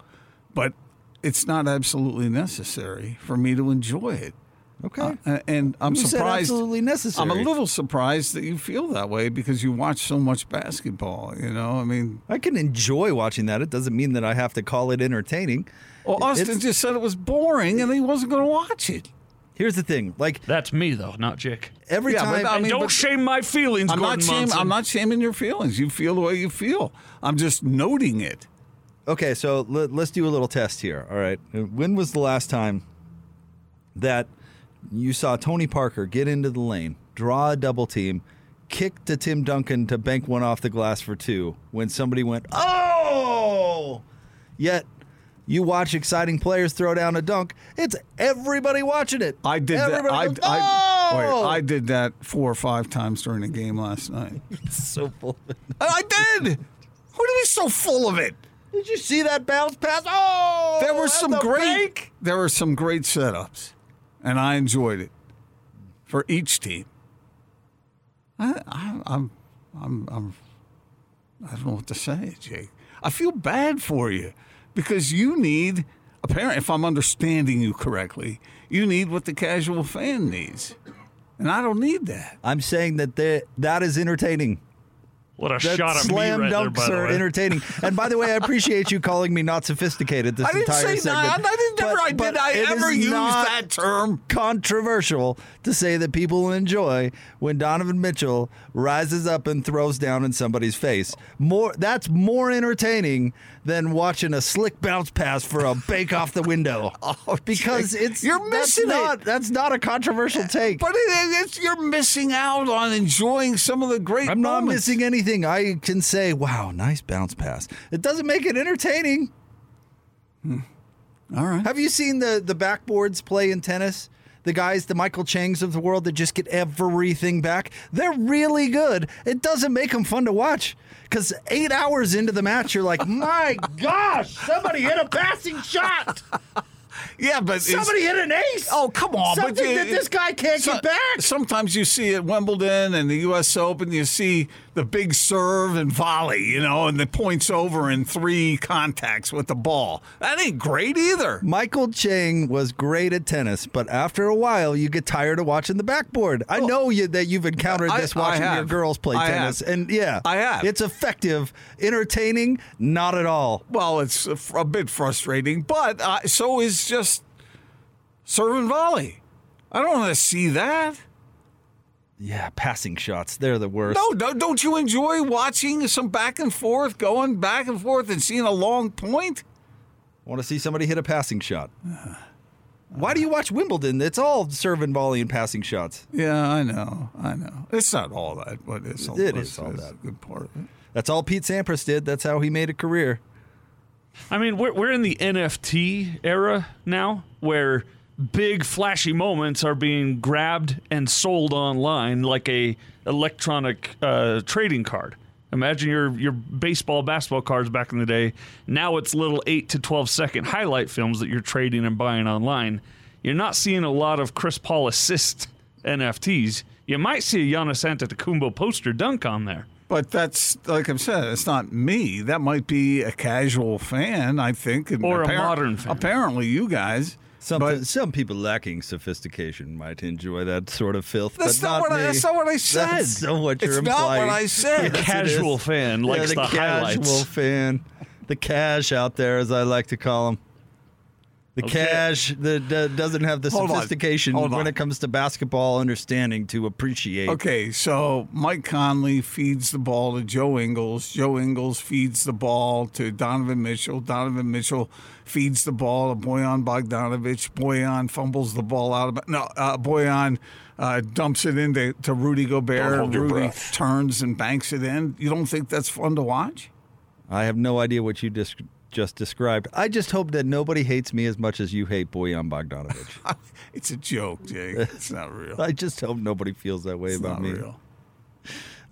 but it's not absolutely necessary for me to enjoy it.
Okay.
Uh, and I'm
You said
surprised.
absolutely necessary.
I'm a little surprised that you feel that way because you watch so much basketball. You know, I mean,
I can enjoy watching that. It doesn't mean that I have to call it entertaining.
well, Austin
It's-
just said it was boring and he wasn't going to watch it.
Here's the thing, like
That's me though, not Jake.
every
Yeah,
time
but I
And
mean,
don't
but-
shame my feelings,
I'm
Gordon
not shaming.
Monson.
I'm not shaming your feelings. You feel the way you feel. I'm just noting it.
Okay, so let, let's do a little test here. All right. When was the last time that you saw Tony Parker get into the lane, draw a double team, kick to Tim Duncan to bank one off the glass for two when somebody went, oh! Yet you watch exciting players throw down a dunk, it's everybody watching it.
I did
everybody goes,
that. I, I,
oh!
wait,
[laughs]
I did that four or five times during the game last night.
so full of it.
I did. What are we so full of it?
Did you see that bounce pass? Oh!
There were
that's
some
a
great.
fake.
There were some great setups, and I enjoyed it for each team. I, I, I'm, I'm, I'm, I don't know what to say, Jake. I feel bad for you because you need. Apparently, if I'm understanding you correctly, you need what the casual fan needs, and I don't need that.
I'm saying that they, that is entertaining.
what a
That
shot at
slam
me right there,
dunks
by the
are
way.
entertaining. And by the way, I appreciate you calling me not sophisticated this
I didn't
entire
say
segment.
not. I didn't never.
But-
I did.
but
I
it is
ever used
not
that term.
Controversial to say that people enjoy when Donovan Mitchell rises up and throws down in somebody's face. More that's more entertaining than watching a slick bounce pass for a bake off the
[laughs]
window. because it's
Oh, You're
that's
missing it.
not- That's not a controversial take.
But it, it's, you're missing out on enjoying some of the great.
I'm not
moments.
missing anything. I can say, wow, nice bounce pass. It doesn't make it entertaining.
Hmm. All right.
Have you seen the, the backboards play in tennis? The guys, the Michael Changs of the world that just get everything back. They're really good. It doesn't make them fun to watch. Because eight hours into the match, you're like, [laughs] my gosh, somebody hit a passing shot.
Yeah, but it's-
Somebody hit an ace.
Oh, come on! but
Something
you-
that this guy can't get back.
Sometimes you see at Wimbledon and the U.S. Open, you see the big serve and volley, you know, and the points over in three contacts with the ball. That ain't great either.
Michael Chang was great at tennis, but after a while, you get tired of watching the backboard. I know you, that you've encountered
I-
this
I
watching your
have.
girls play
I
tennis,
have.
and yeah,
I have.
It's effective, entertaining, not at all.
Well, it's a, fr- a bit frustrating, but uh, so is just serve and volley. I don't want to see that.
Yeah, passing shots, they're the worst.
No, no, don't you enjoy watching some back and forth, going back and forth, and seeing a long point?
Want to see somebody hit a passing shot? Why do you watch Wimbledon? It's all serving volley and passing shots.
Yeah, I know. I know. It's not all that, but it's all,
It
it's-
is all
it's
that.
a good part of it.
That's all Pete Sampras did. That's how he made a career.
I mean, we're, we're in the NFT era now where big flashy moments are being grabbed and sold online like a electronic uh, trading card. Imagine your your baseball basketball cards back in the day. Now it's little 8 to 12 second highlight films that you're trading and buying online. You're not seeing a lot of Chris Paul assist NFTs. You might see a Giannis Antetokounmpo poster dunk on there.
But that's like I'm saying, it's not me. That might be a casual fan, I think, and
Or a
appar-
modern fan.
Apparently, you guys.
Some some people lacking sophistication might enjoy that sort of filth.
That's
but
not what I-
me.
that's not what I said.
That's not what you're
It's not
implying.
what I said.
Yes, it is.
Casual fan likes
yeah, the,
the highlights.
casual fan, the cash out there, as I like to call him. The
Okay.
cash that uh, doesn't have the
Hold on.
sophistication
Hold
when
on.
it comes to basketball understanding to appreciate.
Okay, so Mike Conley feeds the ball to Joe Ingles. Joe Ingles feeds the ball to Donovan Mitchell. Donovan Mitchell feeds the ball to Boyan Bogdanovich. Boyan fumbles the ball out of no. Uh, Boyan uh, dumps it into to Rudy Gobert.
Don't hold your
Rudy
breath.
turns and banks it in. You don't think that's fun to watch? [laughs]
I have no idea what you just just described. I just hope that nobody hates me as much as you hate Boyan
[laughs]
Bogdanovich.
It's a joke, Jake. It's not real.
I just hope nobody feels that way
It's
about
not
me.
real.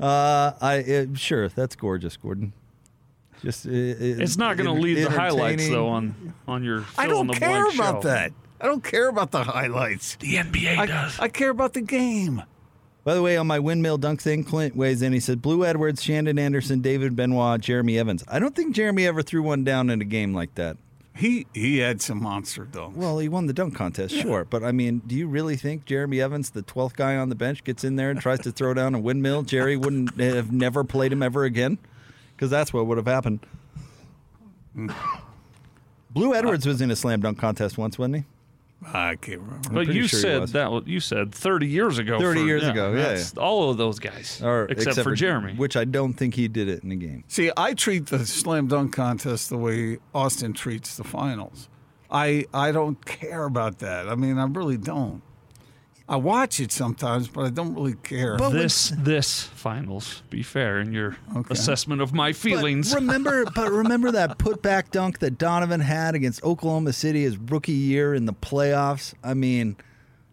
Uh, I uh, sure that's gorgeous, Gordon. Just uh,
It's not going to lead the highlights though on on your.
I
fill
don't
in the
care
blank
about
show.
that. I don't care about the highlights. The NBA does. I care about the game.
By the way, on my windmill dunk thing, Clint weighs in. He said Blue Edwards, Shandon Anderson, David Benoit, Jeremy Evans. I don't think Jeremy ever threw one down in a game like that.
He he had some monster dunks.
Well, he won the dunk contest, sure, but I mean, do you really think Jeremy Evans, the twelfth guy on the bench, gets in there and tries to throw down a windmill? Jerry wouldn't have never played him ever again, because that's what would have happened. Blue Edwards was in a slam dunk contest once, wasn't he?
I can't remember.
But
pretty
you
sure he
said
was.
that was- you said 30 years ago.
30
for-
years ago, yeah,
that's All of those guys,
Or
except, for, Jeremy.
which I don't think he did it in the game.
See, I treat the slam dunk contest the way Austin treats the finals. I I don't care about that. I mean, I really don't. I watch it sometimes, but I don't really care.
this this finals. Be fair in your assessment of my feelings.
But
[laughs]
remember, but remember that putback dunk that Donovan had against Oklahoma City his rookie year in the playoffs. I mean,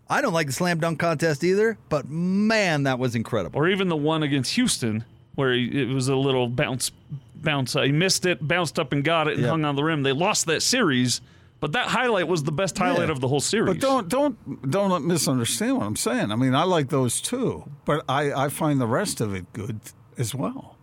I don't like the slam dunk contest either, but man, that was incredible.
or even the one against Houston where he, it was a little bounce bounce. uh, He missed it, bounced up and got it, and
Yeah.
hung on the rim. They lost that series, but that highlight was the best highlight
Yeah.
of the whole series.
But don't don't don't misunderstand what I'm saying. I mean, I like those too, but I I find the rest of it good as well.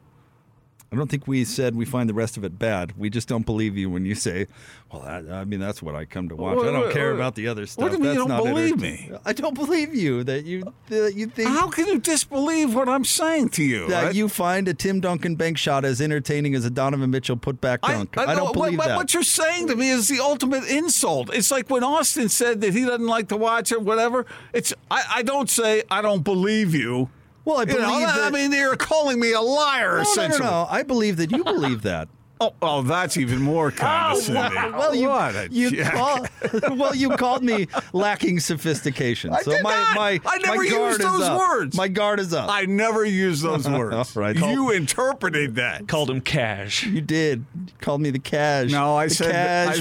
I don't think we said we find the rest of it bad. We just don't believe you when you say, "Well, I, I mean, that's what I come to watch. I
Wait,
don't
wait,
care
wait.
about the other stuff."
What do you mean
That's
you
not
don't believe
entertaining."
me?
I don't believe you that you that you think
How can you disbelieve what I'm saying to you?
that
I-
you find a Tim Duncan bank shot as entertaining as a Donovan Mitchell putback dunk. I,
know-
don't
what-
believe
what,
that.
What you're saying to me is the ultimate insult. It's like when Austin said that he doesn't like to watch it, whatever. It's I, I don't say I don't believe you.
Well, I
You know,
believe
I- I
that-
mean, you're calling me a liar,
No, no, no,
essentially.
no. I believe that you believe that.
Oh, oh, that's even more condescending.
Well, you,
[laughs] what a
you
jack.
call, [laughs] well, you called me lacking sophistication.
I
so
did
my,
not.
my
I never
my guard
used
is
those
up.
words.
My guard is up.
I never
[laughs]
used those words.
All right.
You interpreted that.
Called him cash.
you did. You called me the cash.
No, I
the
said-
cash
I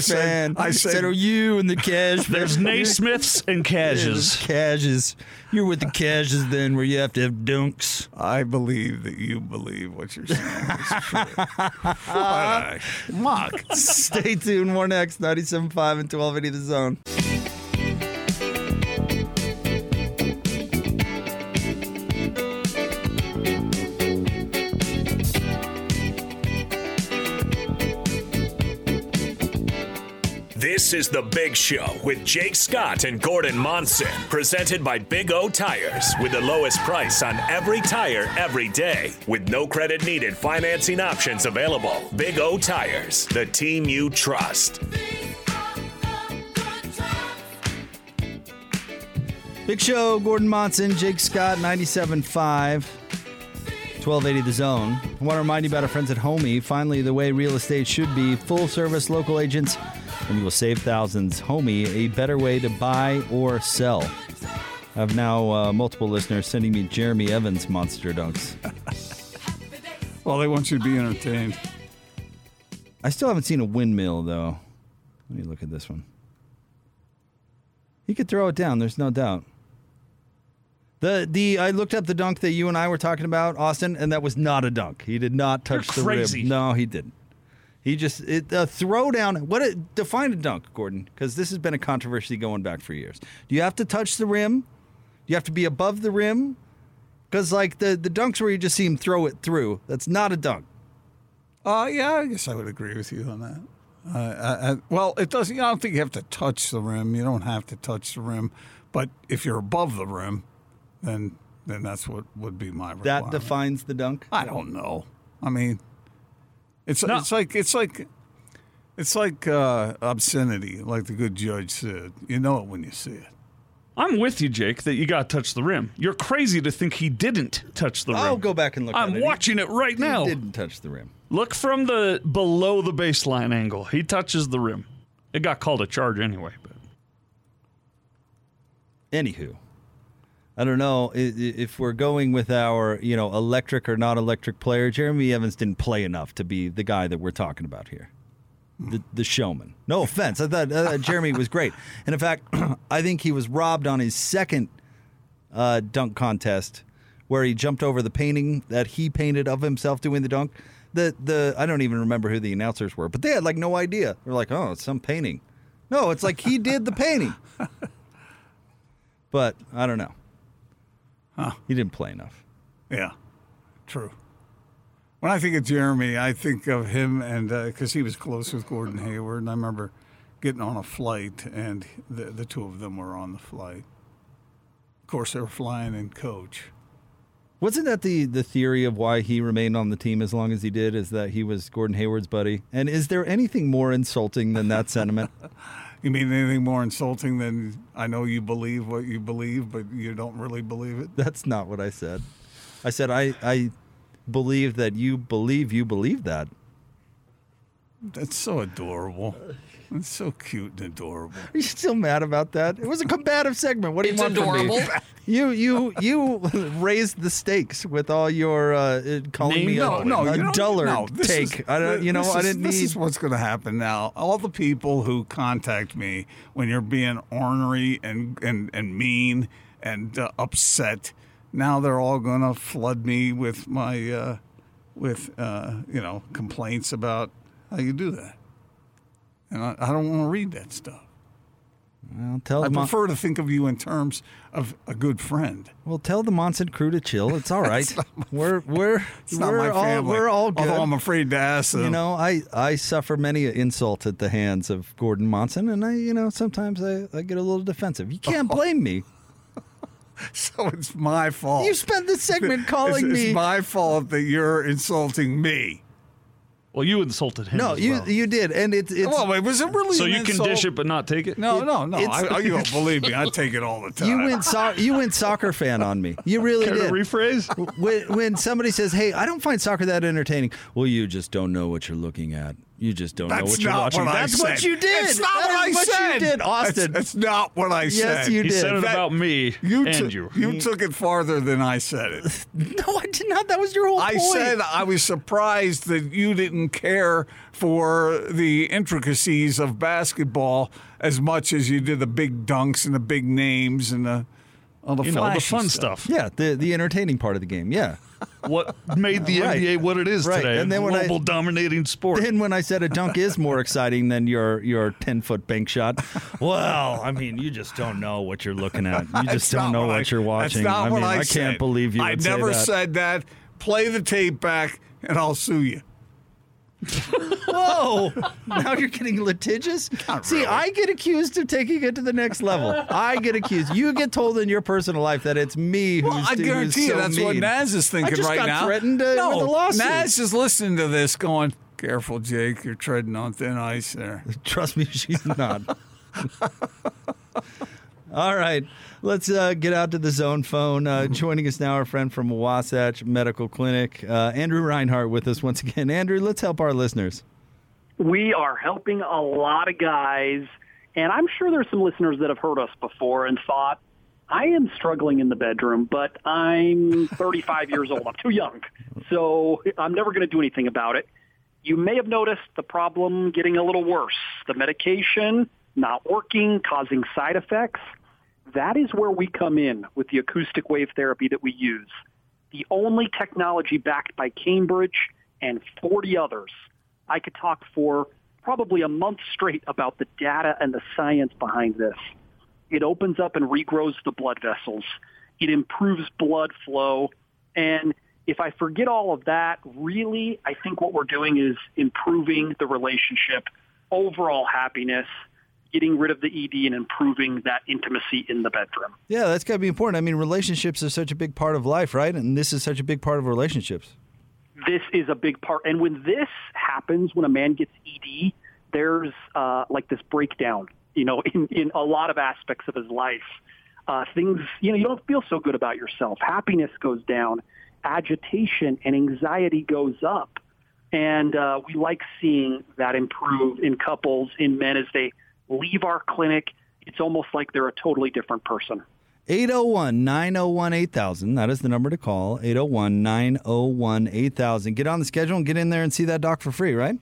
fan.
said- I said-
oh, you
[laughs]
and the cash.
There's
fan.
Naismiths
[laughs]
and
There's
Cashes.
Cashes. You're with the cashes then, where you have to have dunks.
I believe that you believe what you're saying is
[laughs]
true. what a mock.
Stay tuned. More next. 97.5 and 1280 The Zone.
This is The Big Show with Jake Scott and Gordon Monson, presented by Big O Tires, with the lowest price on every tire every day, with no credit needed financing options available. Big O Tires, the team you trust.
Big Show, Gordon Monson, Jake Scott, 97.5. 1280 The Zone. I want to remind you about our friends at Homey. Finally, the way real estate should be full service local agents, and you will save thousands. Homey, a better way to buy or sell. I've now uh, multiple listeners sending me Jeremy Evans monster dunks.
well, they want you to be entertained.
I still haven't seen a windmill, though. Let me look at this one. He could throw it down, there's no doubt. The the I looked up the dunk that you and I were talking about, Austin, and that was not a dunk. He did not touch
You're
the
crazy.
rim. No, he didn't. He just it, a throwdown. What a, define a dunk, Gordon? Because this has been a controversy going back for years. Do you have to touch the rim? Do you have to be above the rim? Because like the the dunks where you just see him throw it through, that's not a dunk.
Uh, yeah, I guess I would agree with you on that. Uh, I, I, well, it doesn't. I don't think you have to touch the rim. You don't have to touch the rim, but if you're above the rim, then then that's what would be my
That
requirement.
defines the dunk.
I don't know. I mean, it's it's like it's like it's like uh, obscenity, like the good judge said. You know it when you see it.
I'm with you, Jake, that you got to touch the rim. You're crazy to think he didn't touch the rim.
I'll go back and look.
I'm
at it.
watching it right now.
He didn't touch the rim.
Look from the below the baseline angle. He touches the rim. It got called a charge anyway. But
Anywho, I don't know i- i- if we're going with our, you know, electric or not electric player. Jeremy Evans didn't play enough to be the guy that we're talking about here, the the showman. No offense, I thought uh, Jeremy was great, and in fact, [clears throat] I think he was robbed on his second uh, dunk contest where he jumped over the painting that he painted of himself doing the dunk. The the I don't even remember who the announcers were, but they had like no idea. They were like, oh, it's some painting. No, it's like he did the painting. But I don't know. He didn't play enough.
Yeah, true. When I think of Jeremy, I think of him and because he was close with Gordon Hayward, and I remember getting on a flight, and the the two of them were on the flight. Of course, they were flying in coach.
Wasn't that the, the theory of why he remained on the team as long as he did? Is that he was Gordon Hayward's buddy? And is there anything more insulting than that
[laughs]
sentiment?
You mean anything more insulting than I know you believe what you believe, but you don't really believe it?
That's not what I said. I said I I believe that you believe you believe that.
That's so adorable. It's so cute and adorable.
Are you still mad about that? It was a combative segment. What do you
It's
want
adorable.
from me? [laughs] You you you raised the stakes with all your uh, it- calling me
no,
a,
no,
a
you don't-
duller
no, this
take.
is-
I don't. You know
this
I
is-
didn't
This
need.
is what's going to happen now. All the people who contact me when you're being ornery and and and mean and uh, upset, now they're all going to flood me with my uh, with uh, you know complaints about how you do that, and I, I don't want to read that stuff.
Well, tell
I
them.
prefer to think of you in terms of a good friend.
Well, tell the Monson crew to chill.
[laughs]
It's all right. we're we're
It's not
we're
my
all
family,
we're all good.
although I'm afraid to ask
You
them.
know, I I suffer many insults at the hands of Gordon Monson, and I you know sometimes I, I get a little defensive. You can't
Oh.
blame me.
[laughs] So it's my fault.
You spent this segment
Oh. It's-
calling
it's,
me-
my fault that you're insulting me.
well, you insulted him.
No,
as
you
well.
you did, and it's it's.
Well, wait, was it really?
So
an
you
insult?
can dish it but not take it.
No, no, no.
it's-
I, I, you
[laughs]
don't believe me. I take it all the time.
You went, so- you went soccer fan on me. You really
Care to
did. rephrase? When, when somebody says, hey, I don't find soccer that entertaining. Well, you just don't know what you're looking at. You just don't know
That's
what you're
not
watching.
what I
That's what
said.
you did.
It's not
That
what
is
I said.
you did, Austin.
That's, that's not what I
Yes,
said.
you He did. said it
about me and
took-
you.
You took it farther than I said it.
[laughs] no, I did not. That was your whole
I
point.
said I was surprised that you didn't care for the intricacies of basketball as much as you did the big dunks and the big names and the all the
You know, the
flashy
fun stuff.
Yeah, the, the entertaining part of the game. Yeah.
What made
[laughs]
the
Right.
NBA what it is
Right.
today?
And then when I-
global dominating sport.
Then when I said a dunk is more exciting than your your ten foot bank shot, well, I mean, you just don't know what you're looking at.
[laughs]
You
That's
just don't
not
know what
I-
you're watching.
That's not
I
what
mean,
I,
I can't
said.
believe you.
I
would say
never
that.
said that. Play the tape back, and I'll sue you.
Whoa! Oh, Now you're getting
[laughs]
litigious. See, I get accused of taking it to the next level. I get accused. You get told in your personal life that it's me who's.
Well, I
who's
guarantee you
so
that's what
mean.
Naz is thinking
I just
right
got
now.
Threatened uh,
no,
with a lawsuit. [laughs]
Naz is listening to this, going, "Careful, Jake. You're treading on thin ice there."
Trust me, she's not. [laughs] All right, let's uh, get out to the zone phone. Uh,
Mm-hmm.
joining us now, our friend from Wasatch Medical Clinic, uh, Andrew Reinhardt, with us once again. Andrew, let's help our listeners.
We are helping a lot of guys, and I'm sure there's some listeners that have heard us before and thought, I am struggling in the bedroom, but I'm 35 years old. I'm too young, so I'm never going to do anything about it. You may have noticed the problem getting a little worse. The medication not working, causing side effects. That is where we come in with the acoustic wave therapy that we use. The only technology backed by Cambridge and 40 others. I could talk for probably a month straight about the data and the science behind this. It opens up and regrows the blood vessels. It improves blood flow. And if I forget all of that, really, I think what we're doing is improving the relationship, overall happiness, getting rid of the ED and improving that intimacy in the bedroom.
Yeah, that's got to be important. I mean, relationships are such a big part of life, right? And this is such a big part of relationships.
This is a big part. And when this happens, when a man gets ED, there's uh, like this breakdown, you know, in, in a lot of aspects of his life. Uh, things, you know, you don't feel so good about yourself. Happiness goes down. Agitation and anxiety goes up. And uh, we like seeing that improve in couples, in men as they leave our clinic, it's almost like they're a totally different person.
801 901 8000. That is the number to call. 801 901 8000. Get on the schedule and get in there and see that doc for free, right?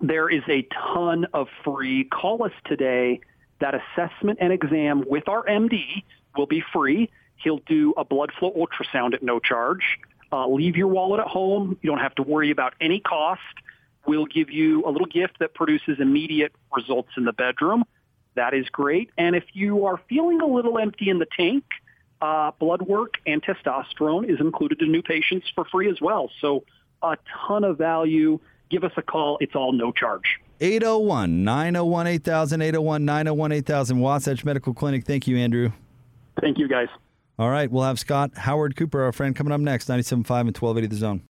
There is a ton of free. Call us today. That assessment and exam with our MD will be free. He'll do a blood flow ultrasound at no charge. Uh, leave your wallet at home. You don't have to worry about any cost we'll give you a little gift that produces immediate results in the bedroom. That is great. And if you are feeling a little empty in the tank, uh, blood work and testosterone is included to new patients for free as well. So a ton of value. Give us a call. It's all no charge.
801 901 8000, 801 901 8000, Wasatch Medical Clinic. Thank you, Andrew.
Thank you, guys.
All right. We'll have Scott Howard Cooper, our friend, coming up next 97.5 and 1280 The Zone.